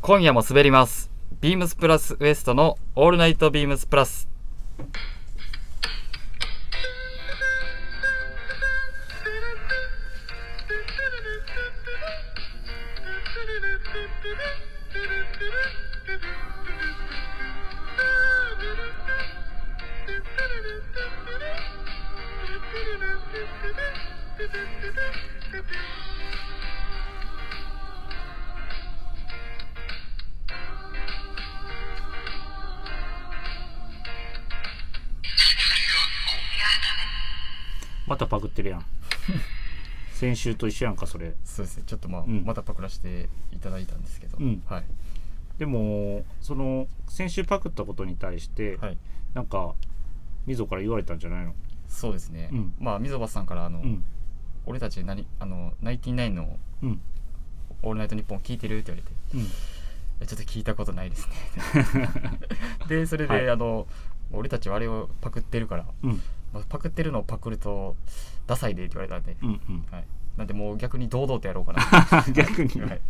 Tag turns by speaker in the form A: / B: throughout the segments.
A: 今夜も滑りますビームスプラスウエストのオールナイトビームスプラス
B: またパクってるやん 先週と一緒やんかそれ
C: そうですねちょっとまあ、
B: うん
C: またパクらせていただいたんですけど、
B: うん
C: はい
B: でもその先週パクったことに対して、
C: はい
B: なんかみぞから言われたんじゃないの
C: そうですね、
B: うん
C: まあ溝端さんからあの、
B: うん
C: 俺たち何あのナインティナインの
B: うん
C: 「オールナイトニッポン」聞いてるって言われて
B: うん
C: えちょっと聞いたことないですね でそれで、
B: はい
C: あの俺たちはあれをパクってるから、
B: うん
C: まあパクってるのをパクるとダサいでって言われたんで、
B: うんうん
C: はい、なんでもう逆に堂々とやろう かな、
B: 逆に
C: はい、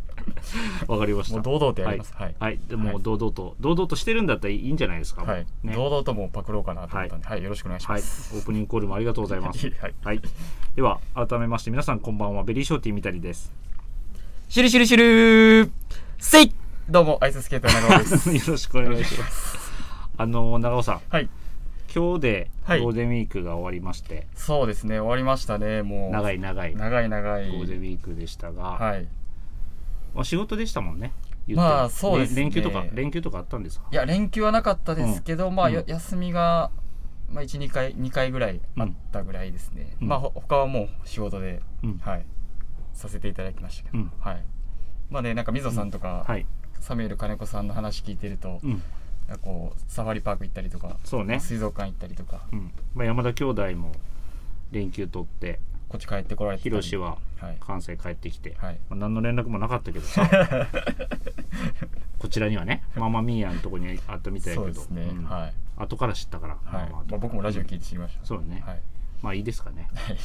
B: わかりました
C: もう堂々とやりますはい、
B: はい、で
C: は
B: も
C: い
B: 堂々と、堂々としてるんだったらいいんじゃないですか。もう
C: はい
B: ね、
C: 堂々ともうパクろうかなと思ったんで、はいよろしくお願いし
B: は
C: ま
B: い、オ
C: す、。
B: ープニングコールもありがとうございます
C: はい
B: はい、では改めまして皆さんこんばんはベリーショーティーみたりです。
C: シュルシュルシュルーせいどうもアイススケートの長尾です
B: よろしくお願いします。あの長尾さん、
C: はい
B: 今日でゴ
C: はい
B: ールデンウィークが終わりまして、
C: そうですね終わりましたねもう
B: 長
C: い
B: い長いゴ
C: 長い長い
B: ールデンウィークでしたが、
C: はい
B: まあ仕事でしたもんね。言って
C: まあそうですね
B: 連休とか連休とかあったんですか。
C: いや連休はなかったですけど、まあ、よ
B: うん
C: 休みが、まあ、12回2回ぐらいあったぐらいですね、
B: うん
C: まあほ他はもう仕事で、
B: うん
C: はい、させていただきましたけど、
B: うん
C: はいまあねなんか溝さんとか、
B: はい。
C: サミュエル金子さんの話聞いてると、
B: うん。
C: なんかこうサファリパーク行ったりとか、
B: そうね。
C: 水族館行ったりとか
B: うん。まあ山田兄弟も連休取って、
C: こっち帰ってこられてた
B: ヒ
C: り
B: ロシは
C: はい、
B: 関西帰ってきて、
C: はい、
B: まあ何の連絡もなかったけどさ こちらにはねママミーヤのとこにあったみたいや
C: そう
B: け
C: で
B: ど
C: すね、
B: うん
C: はい、
B: 後から知ったから、
C: はい
B: まあまあ
C: まあ、僕もラジオ聞いて知りました
B: そうね
C: はい、
B: まあいいですかね
C: はい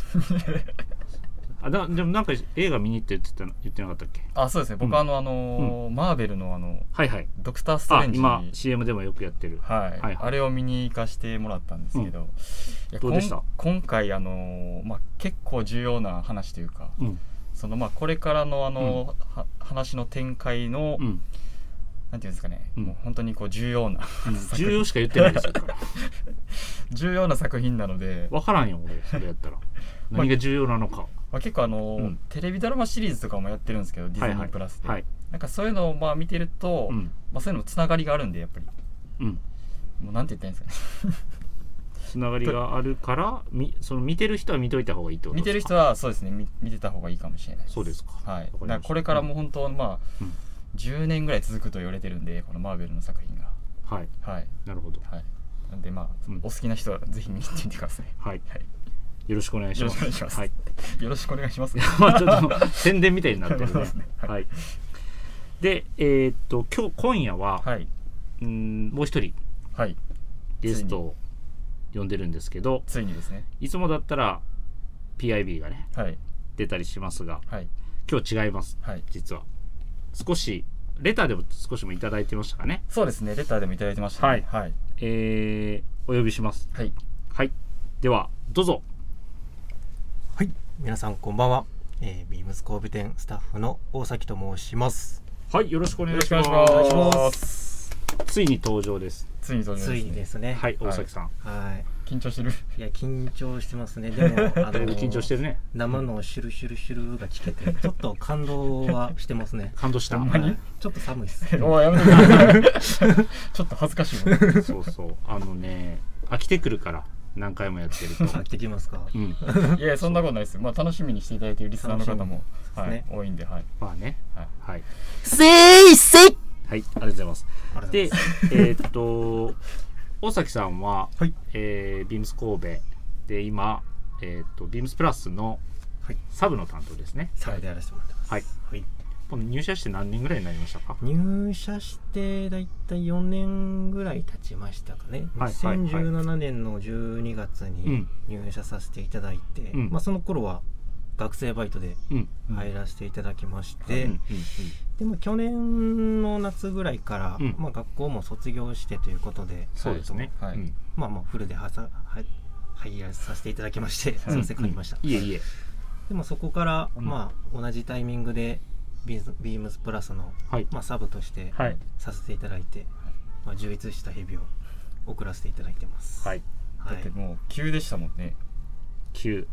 B: あだでもなんか映画見に行ってるって言ってた言ってなかったっけ
C: あそうですね僕、あの、あのーマーベルのあの
B: はいはい
C: ドクター・スト
B: あ
C: レンジ
B: 今 CM でもよくやってる
C: はい、
B: はいはい
C: あれを見に行かしてもらったんですけど、いや
B: どうでした
C: こん今回あのー、まあ、結構重要な話というか
B: うん
C: その、まあ、これからのあのー、は話の展開の、
B: うん、
C: なんていうんですかね、
B: うん
C: もう本当にこう重要な
B: うん重要しか言ってないですよ
C: 重要な作品なので、
B: 分からんよ俺それやっ たら何が重要なのか、
C: まあ、結構あのー、
B: うん
C: テレビドラマシリーズとかもやってるんですけどディズ
B: はい
C: ニ
B: はい
C: ープラスで、
B: はい
C: なんかそういうのをまあ見てると、
B: うん
C: まあ、そういうのもつながりがあるんでやっぱり
B: うん
C: もうなんて言ったらいいんですかね
B: つながりがあるからみその見てる人は見といた方がいいってこと
C: 見
B: で
C: て
B: すか
C: る人はそうですねみ見てた方がいいかもしれないです
B: そうですか
C: はい、
B: わかりました
C: だからこれからもう本当、まあ、
B: うん
C: 10年ぐらい続くと言われてるんで、このマーベルの作品が。
B: はい
C: はい、
B: なるほど
C: はい。なんで、まあ、
B: うん
C: お好きな人はぜひ見に行ってみてください。
B: はい
C: はい、
B: よろしくお願いし
C: よろ
B: ま
C: しくお願
B: す
C: いします。
B: はい
C: よろしくお願いします。
B: まあちょっと宣伝みたいになってる
C: そう
B: ね
C: ですねはい
B: はいでえーっと今日今夜は、
C: はい、
B: うーんもう一人
C: はい、
B: ゲストを呼んでるんですけど
C: ついにですね。
B: いつもだったら PIB がね
C: はい、
B: 出たりしますが
C: はい、
B: 今日違います
C: はい。
B: 実は少しレターでも少しもいただいてましたかね
C: そうですね、レターでもいただいてました、ね。はい、
B: えー、お呼びします
C: はい、
B: はいではどうぞ
D: はい、皆さんこんばんは、えービームス神戸店スタッフの大崎と申します。
B: はいよろしくお願
C: よ
B: い
C: ろし
B: し
C: くお
B: ま
C: 願い
B: す
C: します。
B: ついに登場です
C: ついに登場
D: つ
C: で
D: い
C: す、
D: に
C: ね
D: で。すね。
B: はい
C: はい
B: 大崎さん、
D: はい。
C: 緊張してる。
D: い、や緊張してますね。でも あ
B: だいぶ緊張してるね。
D: 生のシュルシュルシュルが聞けて、ちょっと感動はしてますね
B: 感動した
D: はいちょっと寒いです。
C: おい、やめてください。 ちょっと恥ずかしいわ。
B: そうそうあのね飽きてくるから何回もやってると、
D: 飽きてきますか。
B: うん、
C: い や、そんなことないですよ。まあ、楽しみにしていただいているリスナーの方も、は
D: 楽しみ
C: い
D: で、す
C: 多いんで、はい。
B: まあね
C: はい
B: はい
C: せいせい
B: はいありがとうございます
D: ありがとうござ い
B: で
D: ます。
B: えーっと大崎さんは、
D: はい
B: えービームス神戸で今、えーっとビームスプラスの
D: はい
B: サブの担当ですね
D: サラでやらせてもらってます。
B: はい
D: はい。
B: もう入社して何年ぐらいになりましたか
D: 入社してだいたい4年ぐらい経ちましたかね、
B: はいはいはい
D: 2017年の12月
B: う
D: に
B: ん
D: 入社させていただいて、
B: うん
D: まあ、その頃は学生バイトで
B: うん
D: 入らせていただきまして、
B: うん
D: でも去年の夏ぐらいから、
B: うん
D: まあ、学校も卒業してということで
B: そうですね。
C: はい
B: うん
D: まあまあフルではさは入らさせていただきまして、すいません借りました、
B: いえいえ。
D: でもそこから、
B: うん
D: まあ同じタイミングでビーズビームスプラスの、
B: はい。
D: まあ、サブとして
B: はい。
D: させていただいて、まあ、充実した日々を送らせていただいてます、
B: はい。
D: は
C: だって
D: い、
C: もう急でしたもんね
B: 九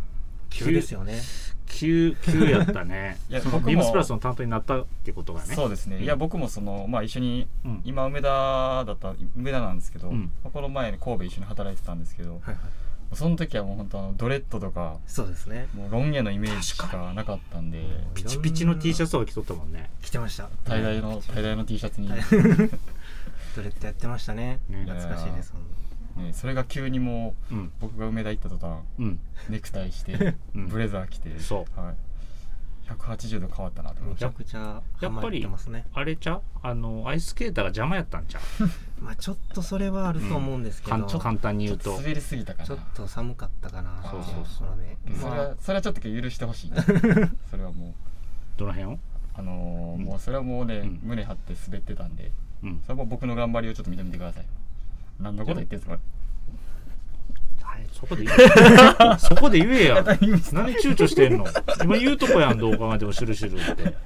D: 急ですよね
B: 九九やったね。
C: いや
B: その
C: 僕も
B: ビームスプラスの担当になったってことがね。
C: そうですね、いや僕もそのまあ一緒に
B: うん
C: 今梅田だった梅田なんですけど、
B: うん
C: この前に神戸一緒に働いてたんですけど
D: はいはい
C: その時はもう本当あのドレッドとか
D: そうですね
C: もうロン毛のイメージしかなかったんで
B: ピチピチの T シャ
D: ツ
B: ツとか着とったもんね。
D: 着てました
C: 大大の大大の T シャツに、
D: はい
C: ね、
D: ドレッドやってましたね
B: ね
D: 懐かしいです本
C: それが急にもう
B: うん
C: 僕が梅田行った途端
B: うん。
C: ネクタイして、
B: うん
C: ブレザー着て
B: そ
C: はい、180度変わったなと
D: 当
C: 思っ
D: め
C: て
D: ちゃくちゃハマってますね
B: あれちゃうあのアイススケーターが邪魔やったんちゃう
D: まあちょっとそれはあると思うんですけど、
B: 簡
D: ちょ
B: 簡単に言うと
C: 滑りすぎたかな
D: ちょっと寒かったかな
C: そう
B: そうそう
D: こね
C: うんそれ
D: ま
C: は
D: あ
C: それはちょっと許してほしいそれはもう
B: どの辺を、
C: あのー
B: うん
C: もうそれはもうね、
B: うん
C: 胸張って滑ってたんで
B: うん、
C: それはもう僕の頑張りをちょっと認めてください何のこと言ってんすか
B: はい、そこで言え そこで言えや何躊躇してんの今言うとこやんどう考えてもシュルシュルって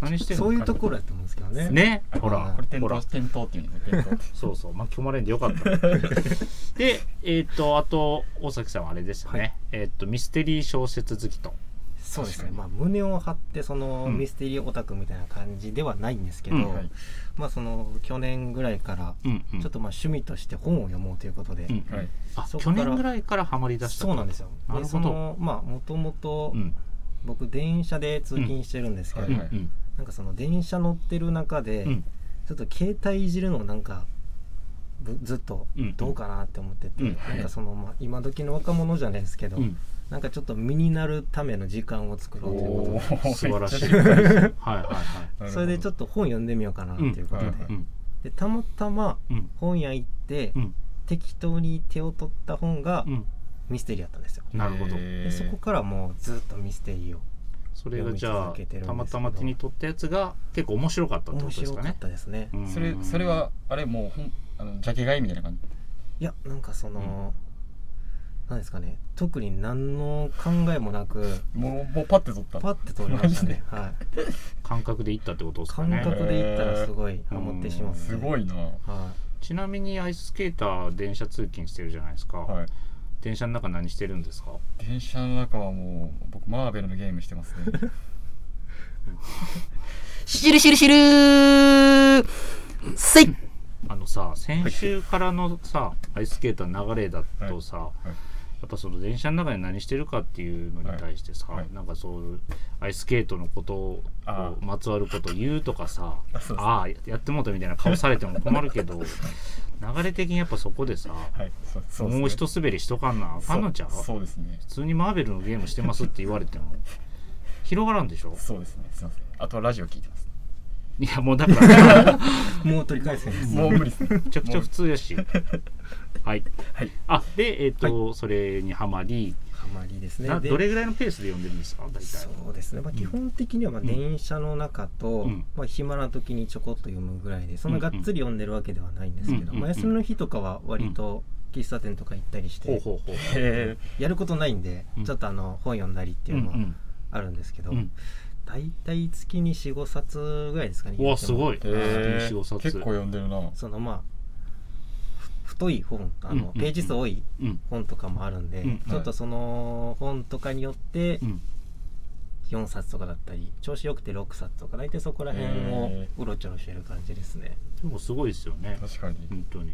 B: 何してんの
D: そういうところやと思うんですけどね
B: ねほら
D: うん
C: これ転
B: ほ
C: 倒
B: ら
C: 転倒っていうんですね転倒って
B: そうそう巻き込まれんでよかった でえっ、とあと大崎さんはあれですよね、
D: はい
B: えっ、とミステリー小説好きと
D: そうですね
C: 確か
D: まあ胸を張ってその、
B: うん
D: ミステリーオタクみたいな感じではないんですけど、
B: うん
C: はい
D: まあその去年ぐらいから
B: うんうん
D: ちょっとまあ趣味として本を読もうということで、
B: うんうん
C: はい
B: あ
D: そっ
B: 去
D: から
B: 年ぐらいからハマりだした
D: そうなん
B: で
D: ですよ
B: なる
D: で
B: ほ
D: そ
B: ど
D: のまあもともと
B: うん
D: 僕電車で通勤してるんですけど、
B: うん
C: はいう
D: なんかその電車乗ってる中で、
B: ん
D: ちょっと携帯いじるのなんかぶずっと
B: うん
D: どうかなって思ってて、
B: うん
D: なんかその、まあ、今時の若者じゃないですけど、
B: うん
D: なんかちょっと身になるための時間を作ろうということで
B: 素晴らしい
C: めっちゃ
B: はいはいはい
D: それでちょ
C: っ
D: っと本読んでみようかなっていうことで,、
C: うんはいはい
B: うん
D: でたまたま
B: うん
D: 本屋行って、
B: うん
D: 適当に手を取った本が
B: うん
D: ミステリーだったんですよ、
B: なるほど
D: でそこからもうずっとミステリーを
B: それがじゃ
D: 読み続けてる
B: あ
D: んですけど
B: たまたま手に取ったやつが結構面白かったって
D: 面
B: ことです
D: 白
B: か
D: か
B: ね
D: っ。たですね
B: うん
C: それそれはあれもうほんあのジャケ買いみたいな感じ
D: いやなんかその、なんですかね特に何の考えもなく
C: もうもうパッて取った
D: パッて通りましたね、はい、
B: 感覚でいったってことですか
D: 感
B: ね。
D: 覚で言ったらすごいハマってしまう、ね、
C: すご
D: はい
C: なは
B: ちなみにアイススケーター電車通勤してるじゃないですか。
C: い
B: 電車の中何してるんですか。
C: 電車の中はもう僕マーベルのゲームしてますね
A: シルシルシルーせい
B: あのさ先週からのさアイススケーターの流れだとさ、
C: いはい
B: やっぱその電車の中で何してるかっていうのに対してさ、
C: はいはい
B: なんかそうアイススケートのことを
C: あー
B: まつわることを言うとかさ
C: あそうそう
B: ああやってもうたみたいな顔されても困る けど流れ的にやっぱそこでさ、
C: はいそうそうですね
B: もう一滑りしとかんなあかんのちゃう
C: そう
B: 普
C: そうですね
B: 通にマーベルのゲームしてますって言われ ても広がらんでしょ
C: そうですねすいませんあとはラジオ聞いてます
B: いやもう だから
D: もう取り返せないです
C: もう無理ですね
B: めちゃくちゃ普通やしはい、
C: はい
B: あでえっ、と、それにはまり
D: ハマりですね
B: な
D: で
B: どれぐらいのペースで読んでるんですか大体
D: そうですね、まあ、
B: うん
D: 基本的にはまあ
B: うん
D: 電車の中と、
B: うん
D: まあ、暇な時にちょこっと読むぐらいでそんながっつり読んでるわけではないんですけ
B: うん
D: ど、
B: うん
D: まあ、休みの日とかは割と喫茶店とか行ったりして、
B: ほうほうほう
C: へ
D: やることないんで、
B: うん
D: ちょっとあの本読んだりっていううんの
B: う
D: は
B: ん
D: あるんですけど、
B: うん
D: 大体月に45冊ぐらいですかね
B: うわすご
D: い
B: い
C: えへえ
B: 四五冊
C: 結構読んでるな
D: そのまあふ太い本あ
B: うんうん
D: の
B: うん
D: ページ数多い
B: うん
D: 本とかもあるんで、
B: うん
D: ちょっとその本とかによって
B: うん
D: 4冊とかだったり調子よくて6冊とか大体そこら辺を
C: へ
D: うろちょろしてる感じですね、
B: でもすごいですよね
C: 確かに
B: 本当に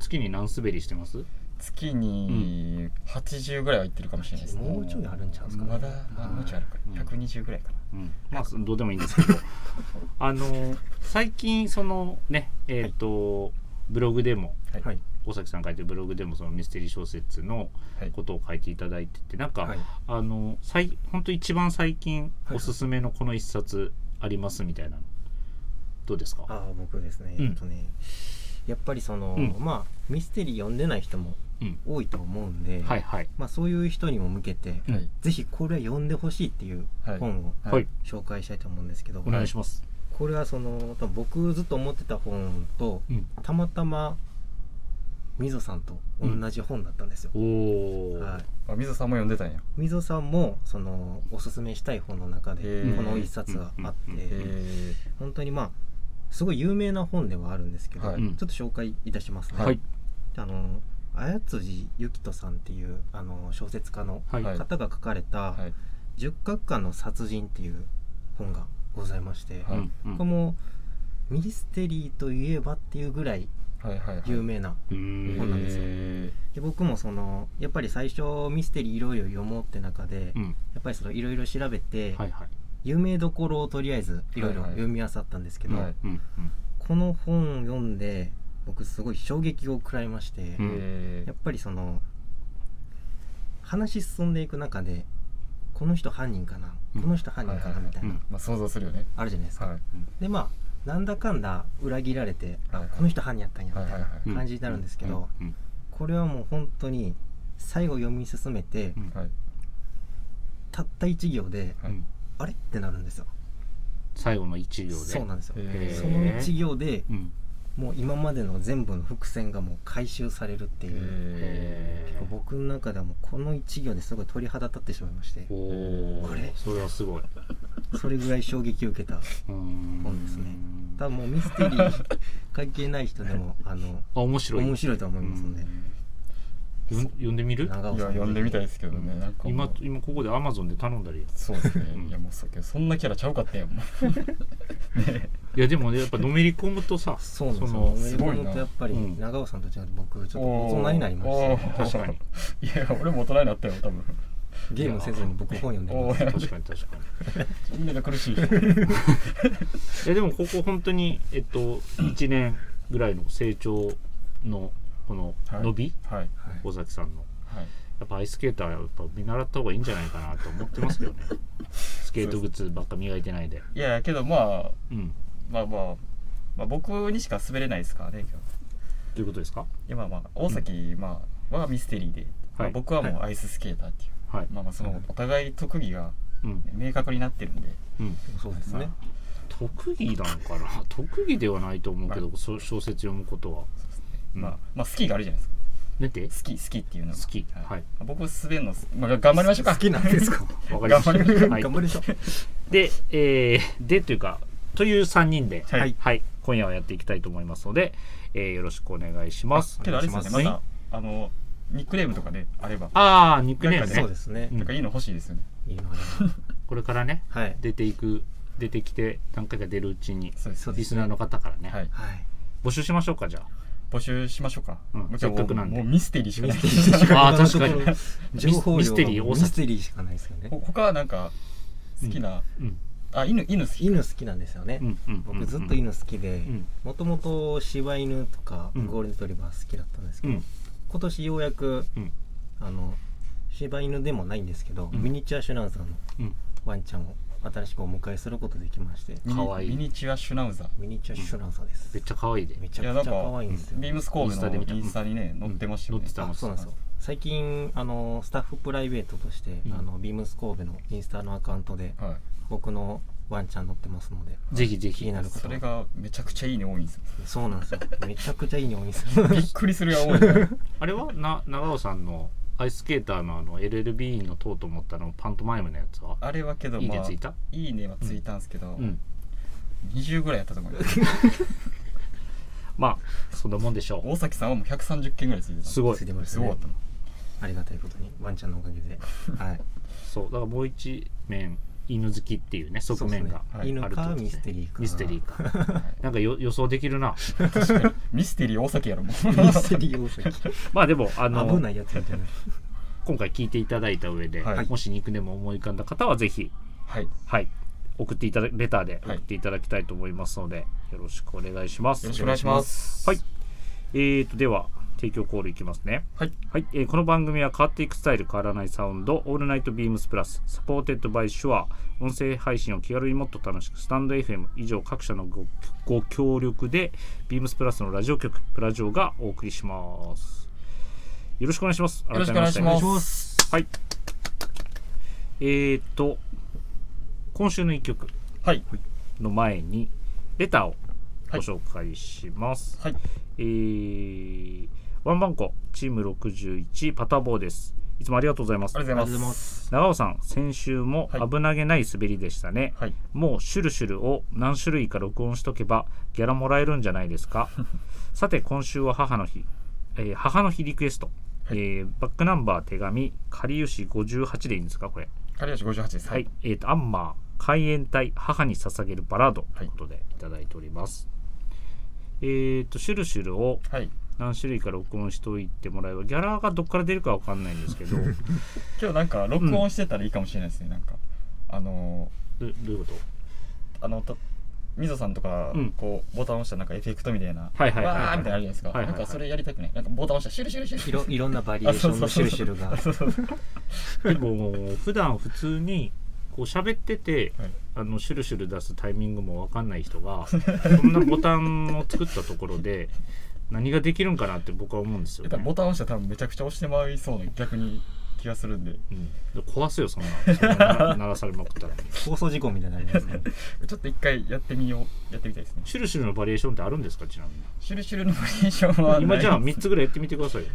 B: 月に何滑りしてます
C: 月に80ぐらいはいってるかもしれないですね
D: もうちょいあるんちゃうんすかね
C: まだまだもうちょいあるか
B: うん
C: 120ぐらいかな
B: うん、まあそどうでもいいんですけ どあの最近そのねえっ、と、ブログでも
C: はい
D: はい
B: 大崎さん書いてるブログでもそのミステリー小説の
C: はい
B: ことを書いていただいててなんか、
D: はい
B: あの最本当一番最近
D: はいはい
B: おすすめのこの一冊ありますみたいなのどうですか
D: ああ僕ですね
B: うん
D: えっとね、やっぱりその、
B: うん
D: まあミステリー読んでない人も
B: うん
D: 多いと思うんで、
B: はいはい
D: まあ、そういう人にも向けて、
B: うん
C: はい
D: ぜひこれは読んでほしいっていう
C: はい
D: 本を
B: はい、
D: 紹介したいと思うんですけど、
B: お願いします、
D: これはその多分僕ずっと思ってた本と
B: うん
D: たまたま溝さんと同じ本だったんですよ。
B: おお、
D: はい、
C: あ水さんも読んでたんや
D: 溝さんもそのおすすめしたい本の中
C: へ
D: で
C: ー
D: この一冊があっ
B: うん
C: へ
D: て
C: え
D: 本当にまあすごい有名な本ではあるんですけど、
C: はい
D: ちょっと紹介いたしますね。
B: はい
D: あの綾辻ゆきとさんっていうあの小説家の
B: はい、
C: はい
D: 方が書かれた
C: はい
D: 「十角館の殺人」っていう本がございまして、
C: はい
D: これもミステリーといえばっていうぐらい
C: はいはいはい
D: 有名な、
B: う
D: こ
B: ん
D: んなんですよ
C: へ
D: で僕もそのやっぱり最初ミステリーいろいろ読もうって中で、
B: う
D: や
B: ん
D: っぱりそのいろいろ調べて、
B: はいはい
D: 有名どころをとりあえずいろいろ
C: はいはい
D: 読み漁ったんですけ
B: う
D: ど、
B: ん
C: はい
B: うん
D: この本を読んで僕すごい衝撃を食らいまして、
B: う
C: え
B: ん
C: へえ
D: やっぱりその話進んでいく中でこの人犯人かな、
B: うん
D: この人犯人かなみたいな、
B: うん
C: まあ想像するよね
D: あるじゃないですか、
C: はい
D: でまあなんだかんだ裏切られて、あ
C: はいはい
D: この人犯人やったんやみたい
C: はいはいは
D: ない感じになるんですけど、
B: うん
D: これはもう本当に最後読み進めて、
B: うん
C: はい
D: たった1行で
B: うんうん
D: あれってなるんですよ
B: 最後の一行で
D: そうなんですよ、
C: へー
D: その1行で
B: うん
D: もう今までの全部の伏線がもう回収されるっていう、
C: へ
B: へー
D: 僕の中ではもうこの1行ですごい鳥肌立ってしまいまして
B: おお
D: これ
B: それはすごい
D: それぐらい衝撃を受けた
B: 本
D: 本ですね多分もうミステリー関係ない人でもあの
B: あ面白い
D: 面白いと思いますので
B: よん読んでみる
D: 長
C: え
D: 尾
C: いや
D: さん
C: 読んでみたいですけどねなんかもう
B: 今今ここでアマゾンで頼んだり
C: そうですね
B: うん
C: いやもうそうけどそんなキャラちゃうかったんやもん
B: いやでもねやっぱのめり込むとさ
D: そうなんです
B: そ
D: よ
B: の
D: おめです
C: ごいな
D: とやっぱり
B: うん
D: 長尾さんと違って僕ちょっと大人になりまして
C: おー
B: 確かに
C: いや俺も大人になったよ多分
D: ゲームせずに僕本読んで
C: お
D: ます
C: ー
B: 確かに確かに
C: みんなが苦しい
B: いやでもここ本当にえっと1年ぐらいの成長のこの
C: はい
B: 伸び
C: はい
D: はい
B: 尾崎さんの
C: はい
B: やっぱアイススケーターはやっぱ見習った方がいいんじゃないかなと思ってますけど ねスケート靴ばっか磨いてないで
C: いやけどまあ
B: うん
C: まあまあまあ僕にしか滑れないですからね今日
B: ということですか
C: いやまあまあ大崎、まあ、はミステリーで、まあ僕はもうアイススケーターっていう、
B: はい
C: まあまあそのお互い特技が
B: うん
C: 明確になってるんで、
B: うん
D: そうですね
B: 特技なんかな 特技ではないと思うけど、そう小説読むことは
C: そうですね
B: うん
C: まあ、まあスキーがあるじゃないですか
B: なんて
C: スキースキーっていうのが
B: スキーはい
C: まあ僕滑るの、まあ、が頑張りましょうか
D: 好きなんですか
B: わかりました
C: 頑張りまし
B: はい
D: 頑張りましょう
B: で、えーでというかという3人で、
C: はい
B: 今夜はやっていきたいと思いますので、えーよろしくお願いします
C: けどあれですよね
B: お願
C: ま
B: いします
C: たあのニックネームとかであれば
B: ああニックネー
C: な
B: ム
C: んか
B: ね
D: そうですね
B: うん
C: なんかいいの欲しいですよね、
D: いいのかな
B: これからね
D: はい
B: 出ていく出てきて何回か出るうちに
C: そうです
D: そうで
B: リ
D: す
B: スナーの方からね、
C: はい
D: はい
B: 募集しましょうかじゃあ
C: 募集しましょうか、
B: うん
C: もう
B: せっかくなんで
C: もうミステリーしかない
B: あー確かに
D: 今のところ情報量が
B: ミステリー大
D: ミ
B: 崎
D: ステリーしかないですよね
C: ほ他はなんか好きな、
B: うん
C: あ犬犬好き
D: 犬好きなんですよね
B: うんうん
D: 僕ずっと犬好きで
B: うん
D: もともと柴犬とか
B: うん
D: ゴールデンレトリバー好きだったんです
B: う
D: けど
B: ん
D: 今年ようやく
B: うん
D: あの柴犬でもないんですけど
B: うん
D: ミニチュアシュナウザーの
B: うん
D: ワンちゃんを新しくお迎えすることできまして
C: ミニ
B: かわいい
C: ミニチュアシュナウザー
D: ミニチュアシュナウザーです
B: めっちゃ可愛いで
D: めち
C: いや
D: ゃく
C: なん
D: ち
C: か
D: ゃ可愛いんですよ
C: ビームス神
B: インスタ
C: 戸
B: で見た
C: のインスタにね載ってましたよね、
B: 載ってた
D: あそうなんですよ最近あのスタッフプライベートとして、
B: うん
D: あのビームス神戸のインスタのアカウントで
C: はい
D: 僕のワンちゃん乗ってますので
B: ぜひぜ
D: 気
B: ひ
D: になる方
C: それ
D: は
C: がめちゃくちゃいいね多いんです よ
D: そうなんですよめちゃくちゃいい匂いですよ
C: びっくりするが多いから
B: あれはな長尾さんのアイススケーターのあの LLB の塔と思ったのパントマイムのやつは
C: あれはけど
B: いいね
C: まあ
B: ついた
C: いいねはついたんですけど、
B: うん
C: 20ぐらいやったと思います
B: まあそんなもんでしょう
C: 大崎さんはもう130件ぐらいついてた
B: すごい
D: ついてました
C: すごか
D: ね
C: ったな
D: ありがたいことにワンちゃんのおかげではい
B: そうだからもう一面犬好きっていうね側面が
D: そう
B: あ
D: ですね
B: る
D: 犬
B: と
D: か
B: いうことで
D: ミステリーか
B: ミステリーかなんかよ予想できるな
C: 確かにミステリー大崎やろもう
D: ミステリー大崎
B: まあでもあの
D: 危ないやつみたいな
B: 今回聞いていただいた上で、
C: はい
B: もしニックネームを思い浮かんだ方はぜひ
C: はいよ
B: はい送っていただレターで送
C: はい
B: っていただきたいと思いますので、よろしくお願いします
C: ろしくお願いします
B: はいえー、とでは提供コールいきますね。
C: はい。
B: はい、えーこの番組は変わっていくスタイル変わらないサウンド、オールナイトビームスプラス、サポーテッドバイシュア、音声配信を気軽にもっと楽しく、スタンド FM 以上各社のごご協力で、ビームスプラスのラジオ局、プラジオがお送りします。よろしくお願いします。
C: よろしくお願いしま
D: お願いします
C: す。
B: はい。えー、っと、今週の一曲
C: はい。
B: の前に、レターをご紹介します。
C: はい。
B: えーワンバンコ、チーム61、パタボーです。いつもありがとうございます
C: あ。りがとうございます。
B: 長尾さん、先週も
C: はい
B: 危なげない滑りでしたね。
C: はい。
B: もうシュルシュルを何種類か録音しとけばギャラもらえるんじゃないで すかさて今週は母の日、えー母の日リクエスト、
C: はい
B: えーバックナンバー手紙狩吉58でいいんですかこれ
C: 狩吉58です。
B: はい、。えーとアンマー海援隊母に捧げるバラードと
C: はいいう
B: ことでいただいております、えーとシュルシュルを
C: はい。
B: 何種類か録音しといてもらえばギャラがどっから出るかわかんないんです けどど
C: 今日なんか録音してたらいいかもしれないですね。なんかあの
B: どういうこと
C: ーあのとみぞさんとか
B: うん
C: こうボタン押したらなんかエフェクトみたいな、
B: はいはいはいはい
C: わーみたいなのあるじゃないですか。
B: はいはいはい
C: なんかそれやりたくない。なんかボタン押したらシュルシュルシュル
D: いろいろんなバリエーションのシュルシュルが。
C: そうそうそう
B: でも普段普通にこう喋ってて、
C: はい
B: あのシュルシュル出すタイミングも分かんない人がこんなボタンを作ったところで何ができるんかなって僕は思うんですよ、
C: だから
B: ね
C: ボタン押したら多分めちゃくちゃ押してまいそうな逆に気がするんで
B: うん、壊すよそんなそんな鳴らされまくったら
D: 放送事故みたいになりますね。
C: ちょっと一回やってみようやってみたいですね
B: シュルシュルのバリエーションってあるんですかちなみに
C: シュルシュルのバリエーションはない
B: 今じゃあ
C: い
B: 3つぐらいやってみてくださいよ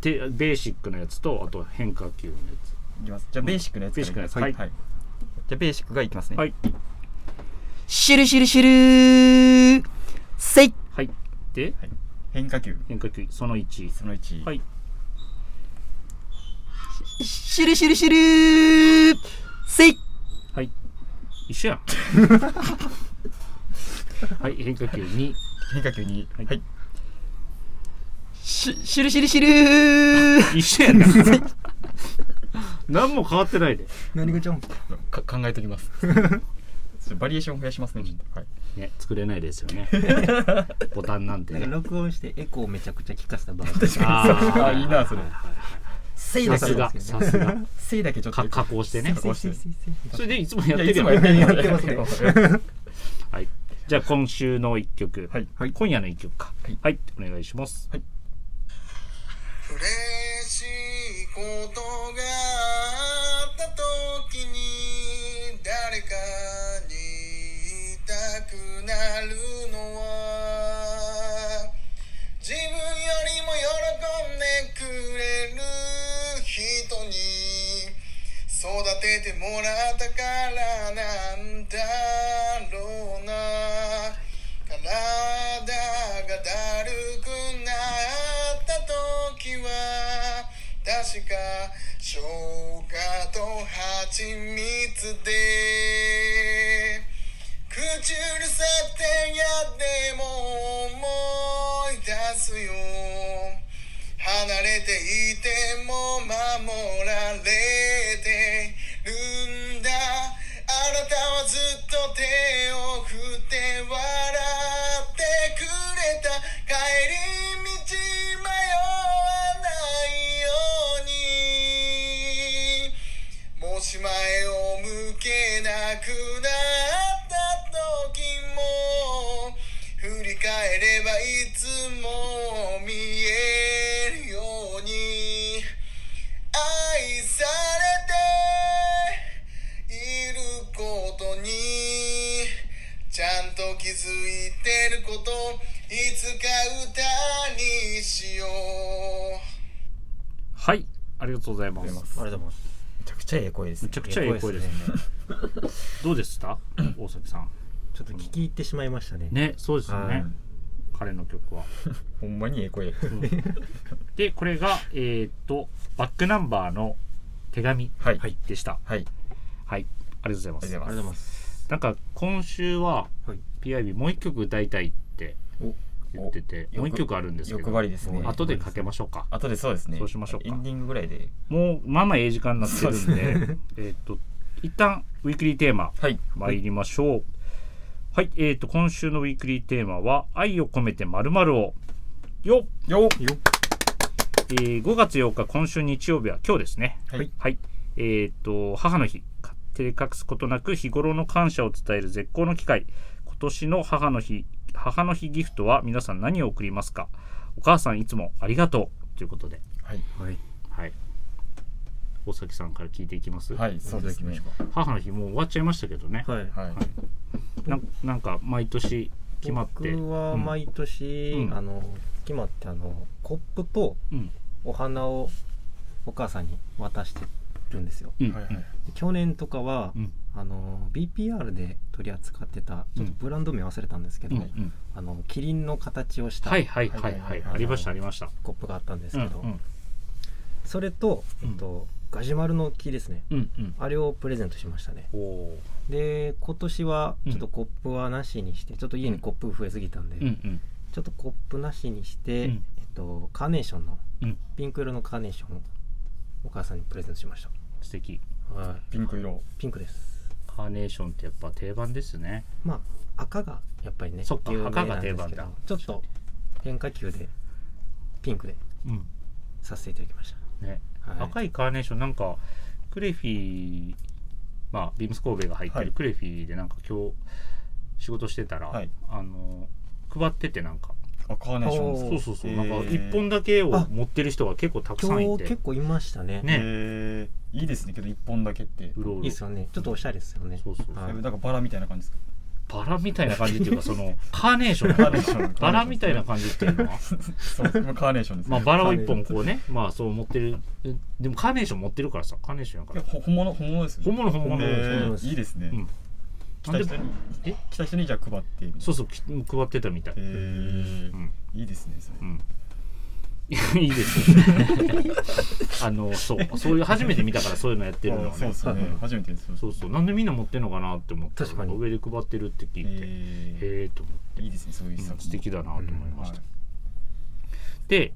B: てベーシックなやつとあと変化球のやつ
C: きますじゃあベーシックなやつから
B: ベーシックなやつ
C: はい、
B: は
C: はいい、
A: じゃあベーシックがいきますね。
B: はい
A: シュルシュルシュルせい
B: はいで
C: 変化球
B: 変化球その1
C: その1
B: はい
A: シュルシュルシュルせい
B: はい一緒 やんはい変化球2
C: 変化球2
B: は
C: はいい、
A: シュシュルシュルシュル
B: 一緒やな何も変わってないで、
D: 何がジャンプ
C: か考えときます ちょっとバリエーション増やしますねちょっとはい
B: ね、作れないですよねボタンなんて
D: なんか
B: ね
D: 録音してエコーをめちゃくちゃ聞かせたバージョン。
B: ー
C: あいいなそれ
B: はいはい
C: せい
B: は
C: だ
B: いさす
C: け
B: がさすが
C: せいだけちょっと
B: か加工してね
C: 加 工して
B: それでいつもやっ
C: いやい
B: てる
C: つ
B: よ
C: もやってるやって
D: ま
C: ますす
D: ね
C: ね
B: はい、じゃあ今週の一曲、
C: はい
D: はい
B: 今夜の一曲か
C: はい
B: はい、お願いします
E: 嬉しいことがあった時に誰かに言いたくなるのは自分よりも喜んでくれる人に育ててもらったからなんだろうな体がだるくなった時は確か生姜と蜂蜜で口うるさくてやでも思い出すよ離れていても守られてるんだあなたはずっと手を振って笑ってくれた帰り道迷わないようにもし前を向けなくなった時も振り返ればいつも見えるように愛されていることにちゃんと気づいてることいつか歌にしよう
B: はいありがとうございます
D: ありがとうございます。
C: めちゃくちゃええ声です
B: めちゃくちゃいい声ですねどうでした大崎さん
D: ちょっと聞き入ってしまいましたね。
B: ねそうですよ
C: は
B: ね
C: い
B: 彼の曲は
C: ほんまにええ声
B: でこれがえーっとバックナンバーの手紙
C: はいはい
B: でした
C: はい
B: はいありがとうございます
D: ありがとうございます。
B: なんか今週は
D: はい
B: PIB もう一曲歌いたいって言ってて
C: お
B: もう一曲あるんですけど
C: 欲張りですね
B: 後でかけましょうか
C: あとでそうですね
B: そうしましょうか
C: エンディングぐらいで
B: もうまあまあええ時間になってるん
C: そう
B: で えーっと一旦ウィークリーテーマ
C: はい
B: 参りましょうはいえーっと今週のウィークリーテーマは「愛を込めてまるを」よっ
C: よっ
D: よ
B: えー5月8日、今週日曜日は今日ですね。
C: はい。
B: えーっと、母の日。照れ隠すことなく日頃の感謝を伝える絶好の機会。今年の母の日、母の日ギフトは皆さん何を贈りますかお母さんいつもありがとうということで。
C: はい。
D: はい。
B: はい。大崎さんから聞いていきます。
C: はい、そうですね。
B: 母の日もう終わっちゃいましたけどね。
D: はい。
C: はい。
B: なんなんか毎年決まって。
D: 僕は毎年、
B: うん
D: あの決まってあのコップと
B: うん。
D: お花をお母さんに渡してるんですよ。
B: うん。
C: はいはい。
D: 去年とかは、
B: うん。
D: あの BPR で取り扱ってたちょっとブランド名忘れたんですけ
B: う
D: ど、
B: ん。うん。
D: あのキリンの形をした
B: はいはいはいはい。ありましたありました。
D: コップがあったんです
B: うんう
D: けど、
B: ん
D: それと、えっと、ガジュマルの木ですね
B: うんうん。
D: あれをプレゼントしましたね
B: おお
D: で今年は
B: うん
D: ちょっとコップはなしにして、ちょっと家にコップ増えすぎたんで、
B: ー。うん
D: ちょっとコップなしにして、
B: うん
D: えっと、カーネーションの、
B: うん
D: ピンク色のカーネーションをお母さんにプレゼントしまし
B: うん。素敵。
D: た、はい、
C: ピンク色。
D: ピンクです
B: カーネーションってやっぱ定番ですね。
D: まあ赤がやっぱりね
B: そっか
D: 有名
B: 赤が
D: なんですけ
B: 定番
D: ど
B: だ
D: ちょっと変化球でピンクで
B: うん。
D: させていただきまし
B: ね。
D: た、はい、
B: 赤いカーネーションなんかクレフィーまあビームス神戸が入って
C: はい
B: るクレフィーでなんか今日仕事してたら、
C: はい
B: あの配っててなんか
C: あ、カーネーションです
B: そ
D: おー
B: うそうそう、
C: へー
B: なんか一本だけを持ってる人が結構たくさんい
D: 今日
B: て
D: 結構いましたね
B: ね
C: えーいいですねけど一本だけって
B: うろうろ
D: いいですよねちょっとおしゃれですよね
B: そうそう
D: はい
C: なんかバラみたいな感じです
B: バラみたいな感じっていうかそのカーネーション
C: カーネーション
B: バラみたいな感じっていうの は
C: かそうまあカーネーションですね
B: まあバラを一本こうねまあそう持ってるえでもカーネーション持ってるからさカーネーションや
C: い
B: か
C: や
B: ら
C: ほ本物本物ですよ
B: 本物本物、
C: え
D: 物です
C: ーいいですね
B: うん
C: 来た人に
B: え
C: 来た人にじゃあ配ってみたいな
B: そうそうき配ってたみたい、
C: えー
B: うん
C: いいですねそれ
B: うん。 いいですね。 あの、そう、そういう初めて見たから、そういうのやってるの
C: あ
B: は
C: そう
B: ね
C: で。すよね初めてです
B: そうそう、なんでみんな持ってんのかなって思ったら。
D: 確かに
B: 上で配ってるって聞いて。へ
C: え
B: えと思っ
C: ーいいですねそういう
B: て、
C: 作
B: うん
C: 品
B: 素敵だなと思いました。
C: うん
B: で。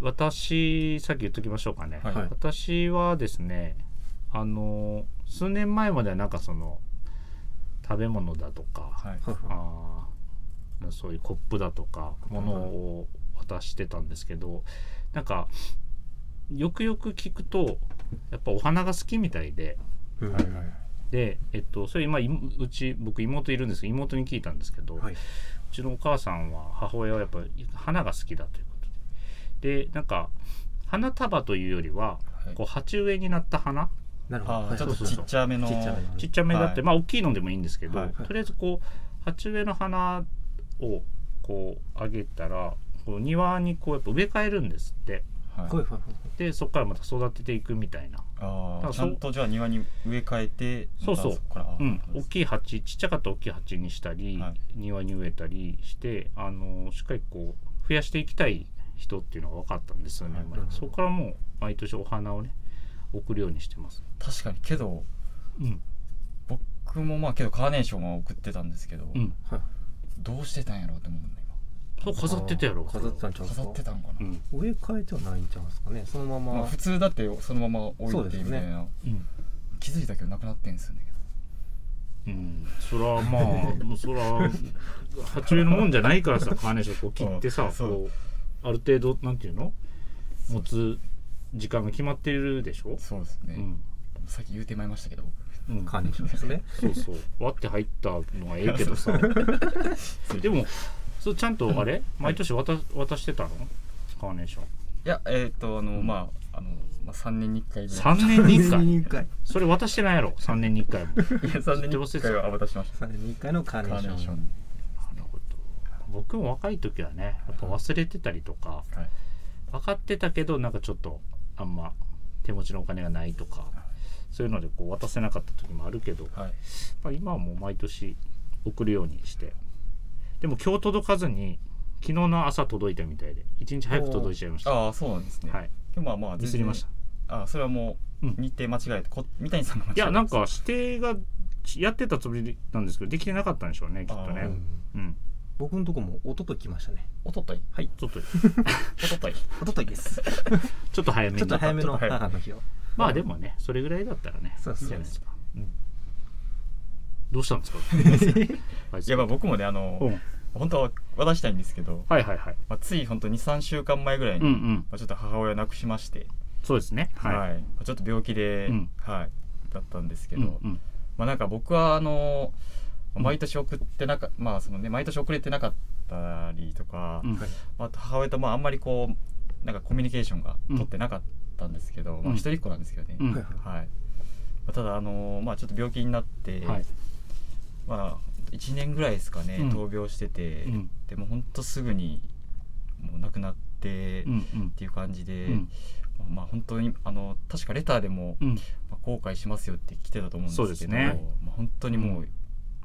B: 私、さっき言っときましょうかね。
C: はい
B: 私はですね。あの、数年前までは、なんか、その。食べ物だとか。
C: はい
D: はいはい
B: あーそういうコップだとかものを渡してたんですけどなんかよくよく聞くとやっぱお花が好きみたいで
D: うん
C: はいはい
B: で、えっと、それ今いもうち僕妹いるんですけど妹に聞いたんですけど、
D: はいう
B: ちのお母さんは母親はやっぱり花が好きだということででなんか花束というよりは
C: はい
B: こう鉢植えになった花
D: なるほど
C: あ
D: は
C: ー
D: い
C: ちょっ
D: そ
C: と
D: う
C: ち
D: そう
C: っちゃめの
D: ちっちゃめの
B: ちっちゃめだっ
C: は
B: て、
C: い
B: まあ大きいのでもいいんですけど、
C: はい
B: とりあえずこう鉢植えの花をこうあげたらこう庭にこうやっぱ植え替えるんですって
C: はい
D: はいはいはい
B: でそこからまた育てていくみたいな、
C: ああ
B: だから
C: ち
B: そ
C: ゃ
B: うん
C: とじゃあ庭に植え替えて
B: そうそ
C: ま
B: う
C: たこから
B: うん、大
C: い
B: きい鉢ちっちゃかったら大きい鉢にしたり、
C: はい
B: 庭に植えたりしてあのしっかりこう増やしていきたい人っていうのが分かったんですよね、
C: はい
B: 前
D: なるほど
B: そこからもう毎年お花をね送るようにしてます。
C: 確かにけど
B: うん
C: 僕もまあけどカーネーションは送ってたんですけど、
B: うん、
C: どうしてたんやろうって思うんだ
B: そう飾ってたやろ
D: 飾ってたんちゃ
C: 今
D: うんですか
C: 飾ってたんかな、
B: うん
D: 植え替えてはないんちゃうんですかねそのま
C: ま
D: ま
C: あ、普通だってそのまま置
D: そう
C: い
D: で
C: て
D: す
C: み
D: ね
C: たいな、
B: うん
C: 気づいたけどなくなってんすよね
B: うん、そらまあもうそら鉢植えのもんじゃないからさカーネーションこう切って
C: う
B: さ
C: んそう
B: こうある程度なんていうの持つ時間が決まってるでしょ、
C: そうです
B: う
C: ね、
B: ん
C: さっき言うてまいりましたけど
B: うん、
D: カーネーションですね
B: そうそう割って入ったのはええけどさでもそうちゃんとあれ毎年渡渡してたのカーネーション
C: いやえっ、とあの、まああの、まあ、3年に1回ぐらい
B: 3年に1回
D: 2回
B: それ渡してないやろ3年に1回もなる
C: いや3年に1回は渡しまし
D: 2回のカー
C: た
D: ネ
C: カーネ
D: ーション
C: ーション
B: ほど僕も若い時はねやっぱ忘れてたりとか、
C: はい
B: 分かってたけどなんかちょっとあんま手持ちのお金がないとかそういうのでこう渡せなかった時もあるけど、
C: はい
B: まあ、今はもう毎年送るようにしてでも今日届かずに昨日の朝届いたみたいで一日早く届いちゃいましたは
C: ああそうなんですね、
B: い
C: でもまあまあ
B: ミ
C: 全
B: スり
C: 然
B: ました
C: ああそれはもう
B: うん
C: 日程間違えて、こ三谷さんが間違え
B: い
C: て
B: やなんか指定がやってたつもりなんですけどできてなかったんでしょうねきっと
C: あ
D: う
B: ね
D: ん
B: うん
D: 僕のとこも一昨日来ましたね
C: おととい
D: はい
B: ちょっと
C: おととい
D: 一昨日です
B: ちょっと早めに
D: ちょっと早め
C: ちょ
D: の
C: っと早い
D: 母の日を
B: まあでもねそれぐらいだったらね
D: そう
B: い
D: そう
B: いじゃないですか、うんどうしたんですか
C: いやまあ僕もねあの、
B: うん
C: 本当は渡したいんですけど、
B: はいはいはい。
C: まあ、つい本当23週間前ぐらいに、
B: うんうん。
C: まあ、ちょっと母親を亡くしまして、
B: そうですね。
C: はい
B: は
C: まあちょっと病気で、
B: うん
C: はい、だったんですけ
B: い。
C: ど、
B: うんうん
C: まあ、なんか僕はあの毎年送ってなか、まあそのね、毎年遅れてなかったりとか、
B: うん
D: はい
C: まあ、母親とまああんまりこうなんかコミュニケーションが取ってなかったんですけど、
B: ん
C: まあ、一人っ子なんですけどね、
B: うん
D: はい
C: はいまあ、ただあのーまあ、ちょっと病気になって、
B: はい
C: まあ、1年ぐらいですかね、
B: うん
C: 闘病してて、
B: うん
C: でも本当すぐにもう亡くなってっ
B: うんうん
C: ていう感じで、
B: うん
C: まあまあ本当にあの確かレターでも、
B: うん
C: まあ、後悔しますよって来てたと思うんですけど
B: そうですね
C: まあ、本当にもう、
B: うん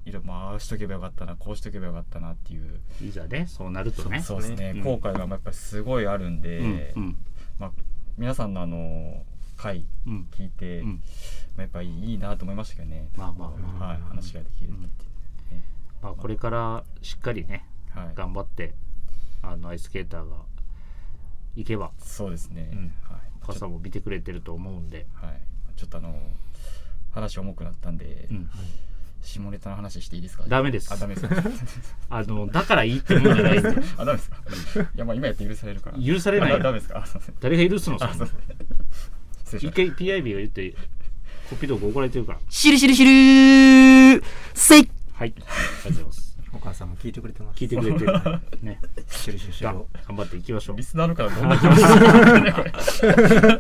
C: いろまあああしとけばよかったなこうしとけばよかったなっていう。
B: いざね、そうなるとね。
C: そうですね、
B: うん
C: 後悔がやっぱりすごいあるんで、
B: うんうん
C: まあ、皆さんのあの回
B: うん
C: 聞いて、
B: うん
C: まあ、やっぱりいいなと思いましたけどね、
B: まあまあまあ
C: はい、話ができるって言って、ね
B: まあこれからしっかりね、
C: はい、
B: 頑張って、あのアイスケーターが行けば、
C: そうですね、
B: うん
C: はい、ち
B: 傘
C: ょっ
B: も見てくれてると思うんで、
C: とはい、ちょっとあの話重くなったんで、
B: うん
C: 下ネタの話していいですか
B: ダメです
C: あダメ ですか
B: あのだからいいってもんじゃないんで、
C: あダメですかいやまあ今やって許されるから
B: 許されない
C: あダメですかあすいません
B: 誰が許すの、そん
C: あ
B: な
C: すいま
B: の
C: せん失礼し
B: 一
C: ました
B: 回 PIB が言って、コピドーが怒られてるから。
A: しるしるしるーせい
B: はい、ありがとうございます。
D: お母さんも聞いてくれてます
B: 聞いてくれてる。ね、
D: シュルシュルシュル
B: 頑張っていきましょう
C: リ。スナーの方どんな気持ちです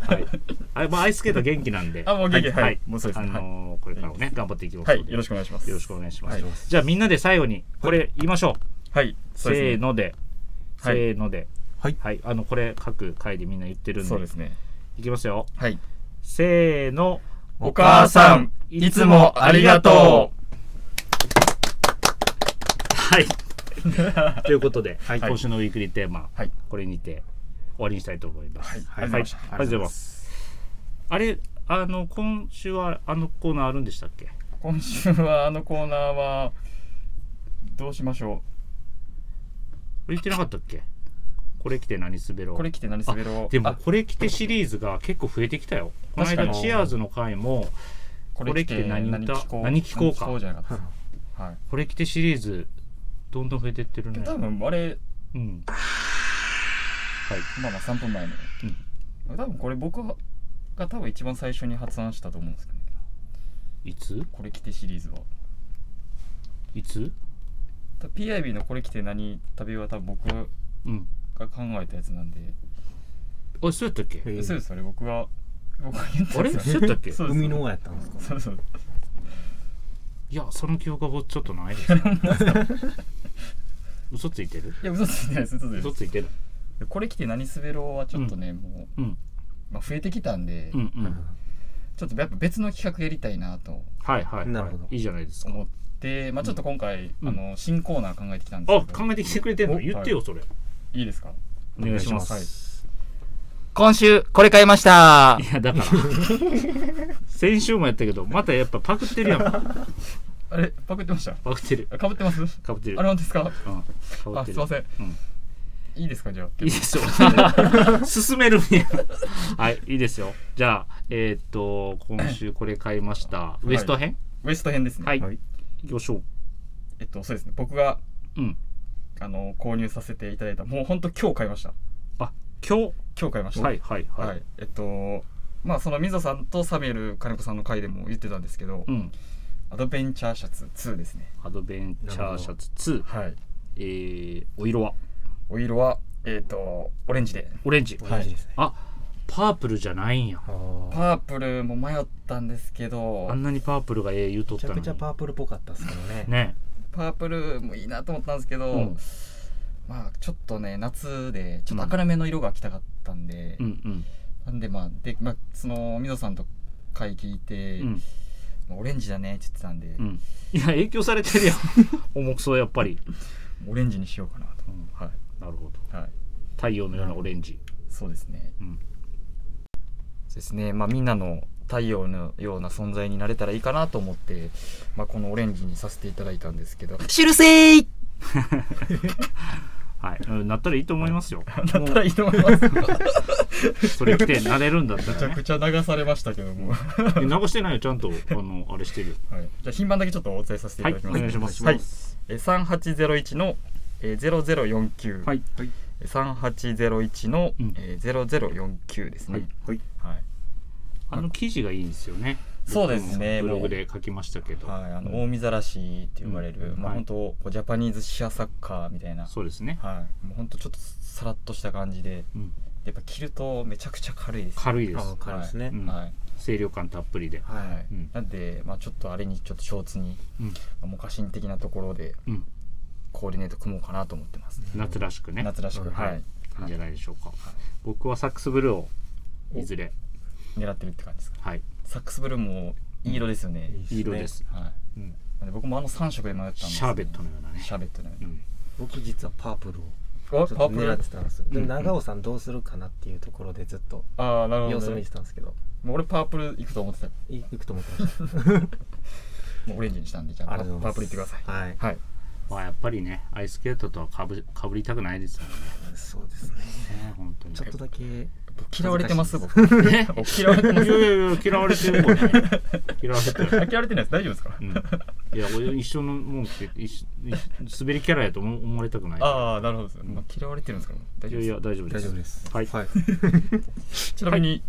C: か
B: はい。あ、まあ、アイスケート元気なんで。
C: あもう元気はい
B: はい。
C: もうそうですね
B: あのーこれからもね、頑張っていきます
C: は
B: の
C: い
B: で。
C: よろしくお願いします
B: よろしくお願いしま
C: はい
B: す。じゃあ、みんなで最後に、これ言いましょ
C: はい、
B: う。
C: そうですね
B: せーので。
C: はい
B: せーので。
D: はい
B: はい。あの、これ、各回でみんな言ってるん
C: そうで
B: で。
C: すね
B: いきますよ。
C: はい
B: せーの。
C: お母さんいつもありがとう
B: はい。という ことで、
D: はい
B: 今週のウィークリーテーマ、
C: はい
B: これにて終わりにしたいと思います。
C: はい
B: ありがとうございましたありがとうございます。あれ、あの、今週はあのコーナーあるんでしたっけ
C: 今週はあのコーナーはどうしましょ
B: 言ってなかったっけこれ来て何滑ろ
C: う
B: う
C: これ来て何滑ろう
B: でも
C: あ
B: これ来てシリーズが結構増えてきたよ。この
C: 確かに
B: 間チアーズの回も
C: こ
B: れ来て何歌
C: こう
B: 何聞こう
C: 何聞
B: か
C: こうじゃなかったですかはい
B: これ来てシリーズどんどん増えてってるね。
C: 多分あれ
B: うん。はい。
C: まあまあ3分前の、多分これ僕が多分一番最初に発案したと思うんですけど、ね、
B: いつ
C: これ来てシリーズはい
B: つ
C: 多分 PIB のこれ来て何旅は多分僕が
B: うん。
C: 考えたやつなんで、
B: あ、そうやったっけ
D: へえ
C: そうですそれ僕が 僕が言った
B: あれ
C: やつなんで
B: そうやったっけ
C: そうです
D: 海の王やったんですか
C: そうそう
B: いや、その記憶はちょっとない ですね。嘘ついてる
C: いや嘘ついてないです嘘ついてない
B: 嘘
C: で
B: ついてる。
C: すこれ来て何滑ろうはちょっとね、もう、
B: うん。
C: まあ、増えてきたんで、
B: うんうん。
C: ちょっとやっぱ別の企画やりたいなと
B: はいはい、はい。
D: なるほど
B: いいじゃないですか。
C: 思って、まあ、ちょっと今回、
B: うん
C: あの新コーナー考えてきたんで
B: あ
C: す、けど、
B: 考えてきてくれてんの
C: お
B: 言ってよ、それ。
C: いいですか
B: お願いします。
C: はい
A: 今週これ買いました
B: いや、だから。先週もやったけど、またやっぱパクってるやん。パ
C: あれパクってました
B: クってる。
C: あかぶってますあ
B: かぶって
C: れ
B: る。
C: 本当ですか
B: うん、かぶっ
C: あ
B: て
C: すい
B: る。
C: ません
B: うん。
C: いいですかじゃあ
B: いいですよ。 進めるに。はい、いいですよ。じゃあ、えーっと、今週これ買いました。ウエスト編
C: ウエスト編ですね
B: はい。
D: はい
B: い、きましょう。
C: えっとそうですね僕が
B: うん。
C: あの購入させていただいたもう本当今日買いました
B: あ、今
C: 今日買いまし
B: 日。
C: た
B: はい、はい、はい。
C: はい、えっとまあその溝さんとサミュエル金子さんの回でも言ってたんですけど、
B: うん。
C: アドベンチャーシャツ2ですね
B: アドベンチャーシャツ2。
C: はい
B: えー、お色は
C: お色はえっとオレンジで
B: オレンジ。
D: オレンジですね
B: あ、パープルじゃないんや。
D: あー
C: パープルも迷ったんですけど
B: あんなにパープルがええ言うとっ
D: めち
B: た
D: ゃ
B: の
D: く
B: に。
D: ちゃパープルっぽかったですけどね
B: ね。
C: パープルもいいなと思ったんですけど、
B: うん
C: まあちょっとね夏でちょっと明るめの色が着たかったんで、
B: うんうん。
C: なんでまあで、まあ、その溝さんと回聞いて、
B: うん
C: まあオレンジだねって言ってたんで、
B: うん、 いや影響されてるやん 重くそうやっぱり、
C: オレンジにしようかなと、
B: うん
C: は
B: なるほど
C: いはい
B: 太陽のようなオレンジ、
C: そうですね
B: うん
C: そうですね、まあ、みんなの太陽のような存在になれたらいいかなと思って、まあ、このオレンジにさせていただいたんです けど
A: しるせい
B: はいうんなったらいいと思いますよ
C: だったらいいと思います
B: それ来てなれるんだった ら、ね、
C: ちゃ流されましたけども、はい、
B: え流してないよちゃんとあのあれしてる
C: じゃあ品番だけちょっとお伝えさせてい
B: は
C: た
B: い
C: だき
B: お
C: ます、
B: 願いします、
C: はいえー3801のえー、0049、
B: はい
D: はい
C: 3801の、
B: うん
C: えー、0049ですね、
D: はい
C: はい
B: あの記事がいいんですよね
C: そうですね
B: 僕もブログで書きましたけど、
C: はい、あの大見ざらしって呼ばれる、
B: うん
C: まあ、
B: はい
C: 本当、こうジャパニーズシアサッカーみたいな、
B: そうですね、
C: はい、もう本当ちょっとさらっとした感じで、
B: うん、
C: やっぱ着るとめちゃくちゃ軽いです。
B: 軽いで
D: あ
B: す
D: ー軽いですね
B: う。ん
C: はい、
B: 清涼感たっぷりで、
C: はい
B: うん
C: なんで、まあ、ちょっとあれにちょっとショーツに、
B: うん
C: もう家臣的なところで
B: うん、
C: コーディネート組もうかなと思ってます、
B: 夏らしくね
C: 夏らしく、
D: うん
C: はい
B: はいいいんじゃないでしょうか、僕はサックスブルーをいずれ
C: 狙ってるって感じですか
B: はい
C: サックスブルーもいい色ですよね、
D: い
B: い
D: い
B: い色です、
C: はい、
B: うん
C: なんで僕もあの3色で迷ったんですよね、
B: シャーベットのようなね
C: シャーベットのよう
B: う、
C: なん
D: 僕実はパープルを
C: お
D: ちょっ
C: パ
D: と
C: ープル
D: 狙ってたんですよ。でも
B: うん
D: 長尾さんどうするかなっていうところでずっと
C: ああなる
D: 様
C: ほ
D: 子
C: ど、
D: 見
C: ね
D: て、たんですけど、
C: もう俺パープルいくと思ってた
D: いいくと思ってました。
C: もうオレンジにしたんでじゃあ
D: ありがとうござい
C: パー
D: ます
C: プルいってください
D: はい。
C: はい
B: まあやっぱりねアイススケートとはかぶかぶりたくないですよね
D: そうですね。
B: ね本当に
D: ちょっとだけ
C: 嫌われてます
D: 恥
C: 僕
D: ずかしい で
B: ね
C: 嫌われてま
B: い
C: す
B: やいやいや嫌われてるもんね嫌われてる
C: 嫌われてないです大丈夫ですか、
B: うんいや俺一緒のもん着て一緒一緒滑りキャラやと思思われたくない
C: ああなるほどです、まあ、嫌われてるんですから大
B: い
C: 丈
B: や
C: 夫で
B: い
C: す
B: や大丈夫です
D: 大丈夫です。
B: はい、
D: はい。
C: ちなみに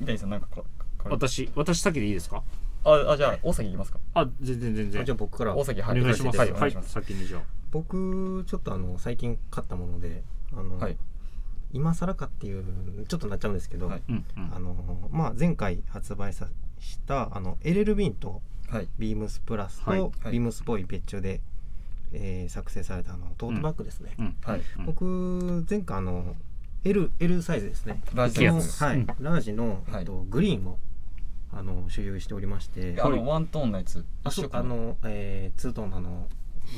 C: 三谷さんなんかかか
B: 私私先でいいですか
C: ああじゃあ大崎いきますか
B: あ全然全
D: あ
B: 然
D: じゃあ僕から
C: 大崎
B: お
C: はい
B: 願いします
C: はい
B: は
C: お
B: い、
C: 願いします
B: 先にじゃあ
D: 僕ちょっとあの最近買ったもので、あの、
C: はい
D: 今更かっていうちょっとなっちゃうんですけど、
C: はい
B: うんうん
D: あのまあ前回発売さしたあのエレルビンと
C: はい
D: ビームスプラスと、
B: はいはい
D: ビームスボーイ別注で、えー作成されたあのトートバッグですね。
B: うん
C: はい
B: うん
D: 僕前回あの L L サイズですね。
C: ラジ
B: い
C: オ
B: や
C: で
B: つ
C: す
D: は
B: う
D: い、
B: ん
D: ラージの、
C: はい
D: えっと、グリーンをあの所有しておりまして
C: あのワントーンのやつ
D: あそう
C: 一色
D: あの、えー、ツートンのあの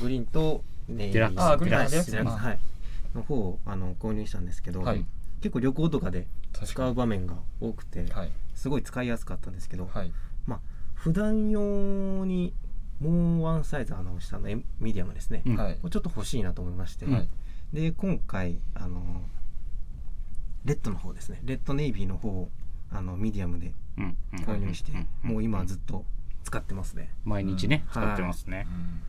D: グリーンとネイビ
B: デ
D: ー
B: ラックスあグリーン
D: デラックス
C: デ
D: デ
C: ラ
D: ラ
C: ッ
D: ッ
C: ク
D: ク
C: ス
D: スはいの方をあの購入したんですけど、
C: はい
D: 結構旅行とかで
C: 確
D: 使
C: か
D: う場面が多くて
C: にはい
D: すごい使いやすかったんですけど、
C: はい
D: 普段用にもうワンサイズあの下の M ミディアムですね、
B: うん
C: はい
D: これちょっと欲しいなと思いまして、
C: はい
D: で今回あのレッドの方ですねレッドネイビーの方をあのミディアムで
B: うんうん
D: 購入して、
B: んん
D: もう今ずっと使ってますね。
B: 毎日ね、
D: うん
B: 使ってますね、
C: うん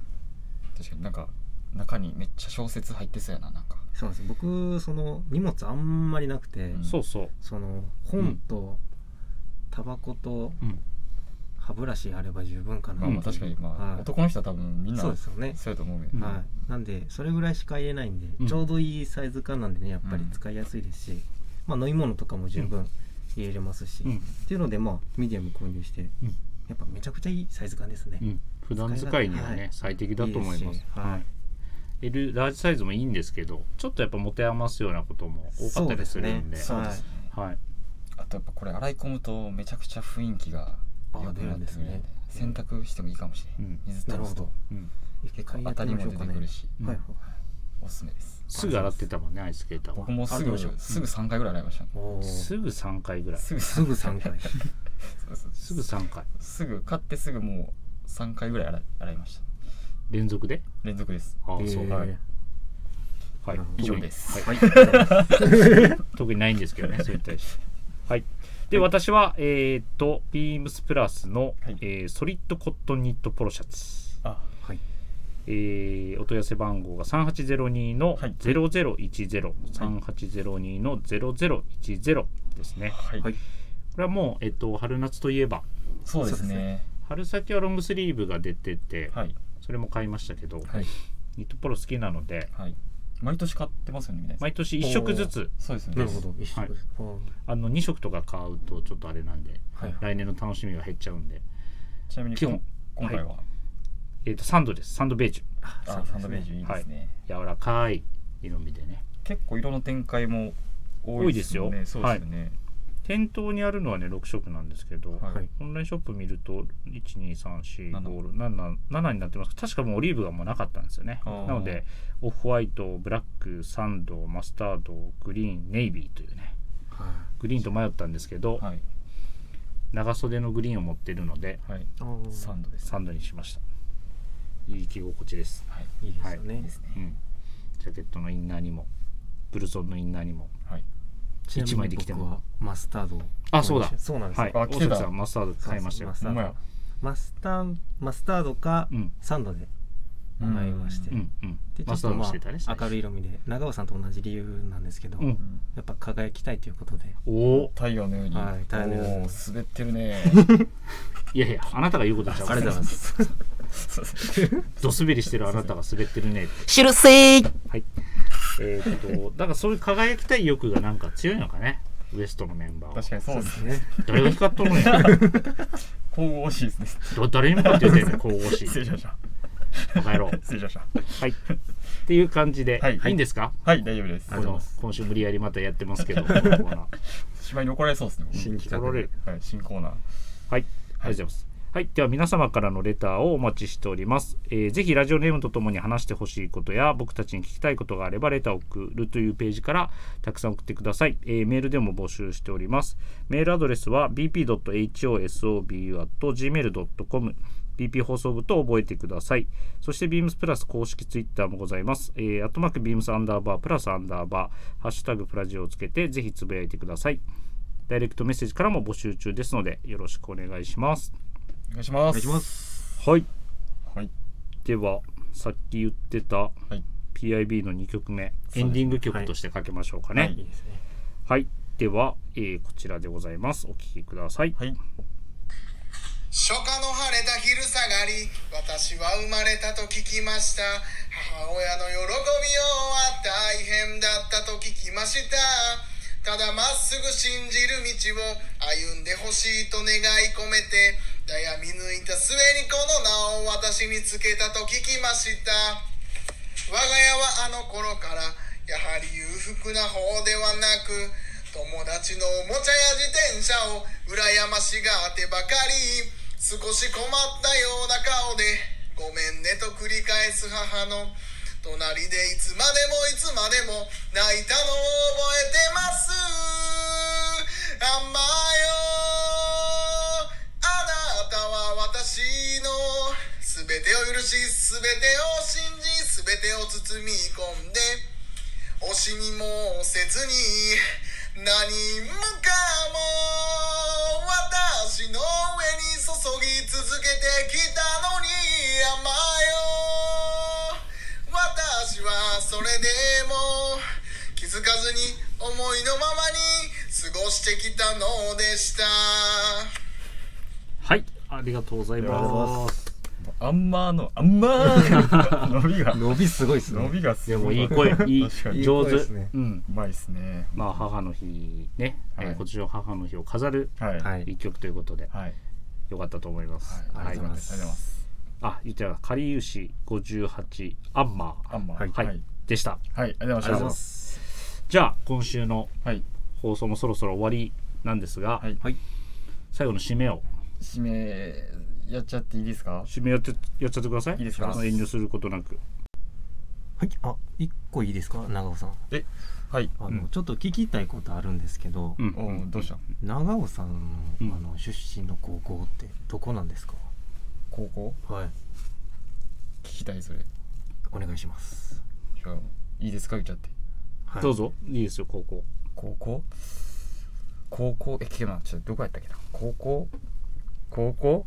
C: 確かになんか中にめっちゃ小説入ってそうやななんか
D: そうなんです僕その荷物あんまりなくて、
C: うん
B: そうそう
D: その本とタバコと
B: うん
D: 歯ブラシあれば十分かな
C: まあまあ確かにま
D: は
C: あ
D: い
C: 男の人は多分みんな
D: そ
C: そうう
D: ですよね、
C: やと思うよ
B: うん
D: はいなんでそれぐらいしか入れないんで、
B: うん
D: ちょうどいいサイズ感なんでねやっぱり
C: うん
D: 使いやすいですし、まあ飲み物とかも十分入れれますし、
B: う
D: っ
B: ん
D: ていうのでまあミディアム購入して、
B: うん
D: やっぱめちゃくちゃいいサイズ感ですね、
B: うん普段使いにはね、
D: はい
B: 最適だと思います
D: いいですしはい
B: L ラージサイズもいいんですけどちょっとやっぱ持て余すようなことも多かったりするんで
D: そうですね
C: ね
B: はい、
C: あとやっぱこれ洗い込むとめちゃくちゃ雰囲気が良くなってくるん
D: あ出るん
C: で
D: ですね
C: 洗濯してもいいかもしれん、
B: うん
C: 水垂らすと
D: なる
B: うん、
D: 一
C: 結構
D: 回や
C: 当
D: って
C: たり
D: みま
C: も
D: しょ
C: 出
D: うか
C: て
D: ね
C: くるし、
B: うん
D: はい
C: おすすめです
B: すぐ洗ってたもんねアイスケーターは
C: 僕もすぐ
D: あそう
C: すぐ3回ぐらい洗いましたね、
D: おー
B: すぐ3回ぐらい
C: すぐ
D: すぐ3回
C: そうそう
B: すぐ3回
C: すぐ買ってすぐもう3回ぐらい洗い洗いました
B: 連続で
C: 連続です
B: ああ
D: えー
B: そうはい、はい
D: なるほ、ど
C: 以上です
B: はい、特にないんで すけどねそれに対してはいで、私はえーっとビームスプラスの、
C: はい
B: えーソリッドコットンニットポロシャツ
C: あ
D: はい
B: えーお問い合わせ番号が3802の
C: はい
B: 0010、3802の0010ですね。
C: はい、
D: はい
B: これはもう、えっと、春夏といえば、
C: そうですね
B: 春先はロングスリーブが出てて、
C: はい
B: それも買いましたけど、
C: はい
B: ニットポロ好きなので、
C: はい毎年買ってますよねみたいな
B: 毎年1色ずつ、
C: そうですよね
D: なるほど一緒です、おー
B: あの2色とか買うとちょっとあれなんで、
D: はい
B: 来年の楽しみが減っちゃうんで、
C: ちなみに
B: 基本
C: 今回は、
B: えっと、サンドです、サンドベージ
D: あそう
C: あ
D: です
C: サ
D: ね
C: ンドベージュいいですね、
B: ュ、柔らかい色味でね。
C: 結構色の展開も多いですよね
B: 多いです
C: そ
B: よ
C: うですよね、
B: 店頭にあるのはね、6色なんですけど、
C: はい
D: はい
B: オンラインショップ見ると
C: 7
B: 1234567になってます確かもうオリーブがもうなかったんですよね
C: あ
B: な
C: ー
B: のでオフホワイトブラックサンドマスタードグリーンネイビーというね
D: はい
B: グリーンと迷ったんですけど、
C: はい
B: 長袖のグリーンを持ってるので
C: はい
D: あー
C: サンドです
B: サンドにしましたいい着心地です、
C: はい
D: いいですよね、
C: いいですね
B: うん、ジャケットのインナーにもブルゾンのインナーにも
C: はい
D: ちなみ
B: 一枚で
D: に
B: きて
D: 僕
B: も
D: はマスタードを
B: あそうだ
D: 購入しそうなんですよ、
B: はい
C: あ
B: 大
C: 着てた
B: 崎さんマスタード買いましたよ
D: マスタ
C: ほんまや
D: ードマスターマスタードか
B: うん
D: サンドで思いまして、
B: うんうん
D: でちょ
B: マ
D: っ
B: スタ
D: と
B: ードも
D: ま
B: してたね
D: あ明るい色味で長尾さんと同じ理由なんですけど、
B: う
D: や
B: ん
D: っぱ輝きたいということで
B: おお
C: 太陽のように、
D: はい太陽のように
C: おー滑ってるね
B: いやいやあなたが言うことじゃん
C: ありがとうございます
B: ド滑りしてるあなたが滑ってるねって
A: シルセイ
B: はいえーっと だからそういう輝きたい欲がなんか強いのかねウエストのメンバーは
C: 確かにそうですね
D: ね
B: 誰が光っとる んやだ
C: 神々しいですね
B: 誰に向かって言うてんの神々 しい
C: 失礼しました
B: バカ野郎
C: 失礼しました
B: はいっていう感じで、
C: はい
B: い、いんですか
C: はい大丈夫です
B: この今週無理やりまたやってますけ どこのコーナー
C: しまいに怒られそうですね
B: 新企画で怒られる
C: はい、新コーナー
B: はい、ありがとうございます。はい、では皆様からのレターをお待ちしております。えーぜひラジオネームとともに話してほしいことや僕たちに聞きたいことがあればレターを送るというページからたくさん送ってください。えーメールでも募集しております。メールアドレスは bp.hosobu.gmail.com BP 放送部と覚えてください。そして Beams プラス公式ツイッターもございます。えー、アットマーク Beams アンダーバープラスアンダーバー、ハッシュタグプラジオをつけてぜひつぶやいてください。ダイレクトメッセージからも募集中ですので、よろしくお願いします。
C: お願いします
D: お願いします
B: はい。
C: はい
B: では、さっき言ってた、
C: い
B: PIB の2曲目、エンディング曲としてかけましょうかね。
C: は
B: はいい。
D: いいですね
B: では、えーこちらでございます。お聴きください。
C: はい
E: 初夏の晴れた昼下がり私は生まれたと聞きました母親の喜びようは大変だったと聞きましたただまっすぐ信じる道を歩んでほしいと願い込めて悩み抜いた末にこの名を私につけたと聞きました我が家はあの頃からやはり裕福な方ではなく友達のおもちゃや自転車を羨ましがってばかり少し困ったような顔で「ごめんね」と繰り返す母の隣でいつまでもいつまでも泣いたのを覚えてます甘よあなたは私の全てを許し全てを信じ全てを包み込んで惜しみもせずに何もかも私の上に注ぎ続けてきたのに甘よ私はそれでも気づかずに思いのままに過ごしてきたのでした
B: はい。ありがとうござい
C: ありがとうござい
B: ま。
C: ますあんまーのあんまー伸び が
D: 伸びすごいです
C: 伸
D: ね
C: びがす
B: で
C: ご
B: も
C: い
B: いい声、い
C: 確かに
B: い、
D: い
B: 上手。
D: い声ですね
B: うん。
C: うまいですね
B: まあ、母の日ね、えー
C: はい
B: 今年の母の日を飾る
C: はい
D: は
B: 一
D: い
B: 曲ということで、
C: はい
B: よかったと思います。
C: はいありがとうございますありがとうございます
B: あ、言ってた、かりゆし58アンマ
C: あんま
D: はい
B: ー、はい、でした。
C: はいありがとうございます
D: す
B: じゃあ、今週の
C: はい
B: 放送もそろそろ終わりなんですが、
C: はい
D: はい
B: 最後の締めを、
C: 締めやっちゃっていいですか
B: 締めやってやっちゃってください。
C: いいですか
B: あの遠慮することなく。
D: はいあ一個いいですか長尾さん
C: はい
D: あの、ちょっと聞きたいことあるんですけど、
B: うん。
C: おうどうした
D: 長尾さん
B: う
D: の
B: ん
D: あの出身の高校ってどこなんですか、
C: 高校
D: はい
C: 聞きたいそれい
D: お願いします
C: やいいですか言っちゃって
D: はい
B: どうぞ、いいですよ、高校。
C: 高校高校え聞けなちょっとどこやったっけな高校高校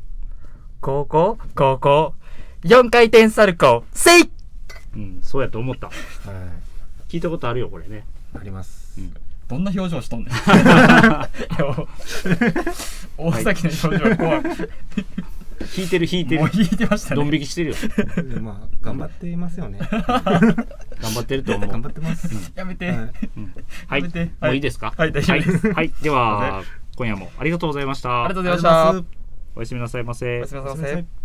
A: 高校高校4回転サルコーセイ
B: うん、そうやと思った。
D: は
B: 聞いたことあるよ、これね。
D: いあります、
B: うん
C: どんな表情しとん ねんいやもう大崎の表情怖い
B: 聞いてる、聞いてる
C: もう。引いてましたね
B: ドン引きしてるよ。
D: でまあ頑張ってますよね
B: 頑張ってる と思う。
D: 頑張ってます、
C: やめて、
D: はい
B: はい、
C: やめて
B: もういいですか。
C: はい大丈夫です
B: はい、はい では、今夜もありがとうございました。
C: ありがとうご
D: あり
C: ざい
D: が
C: ま
D: とう
C: し
D: ござ
C: た
D: います
B: おや
C: お
B: すみなさいませ。
C: やすみな
D: おやすみな
C: さ
D: さ
C: い
D: い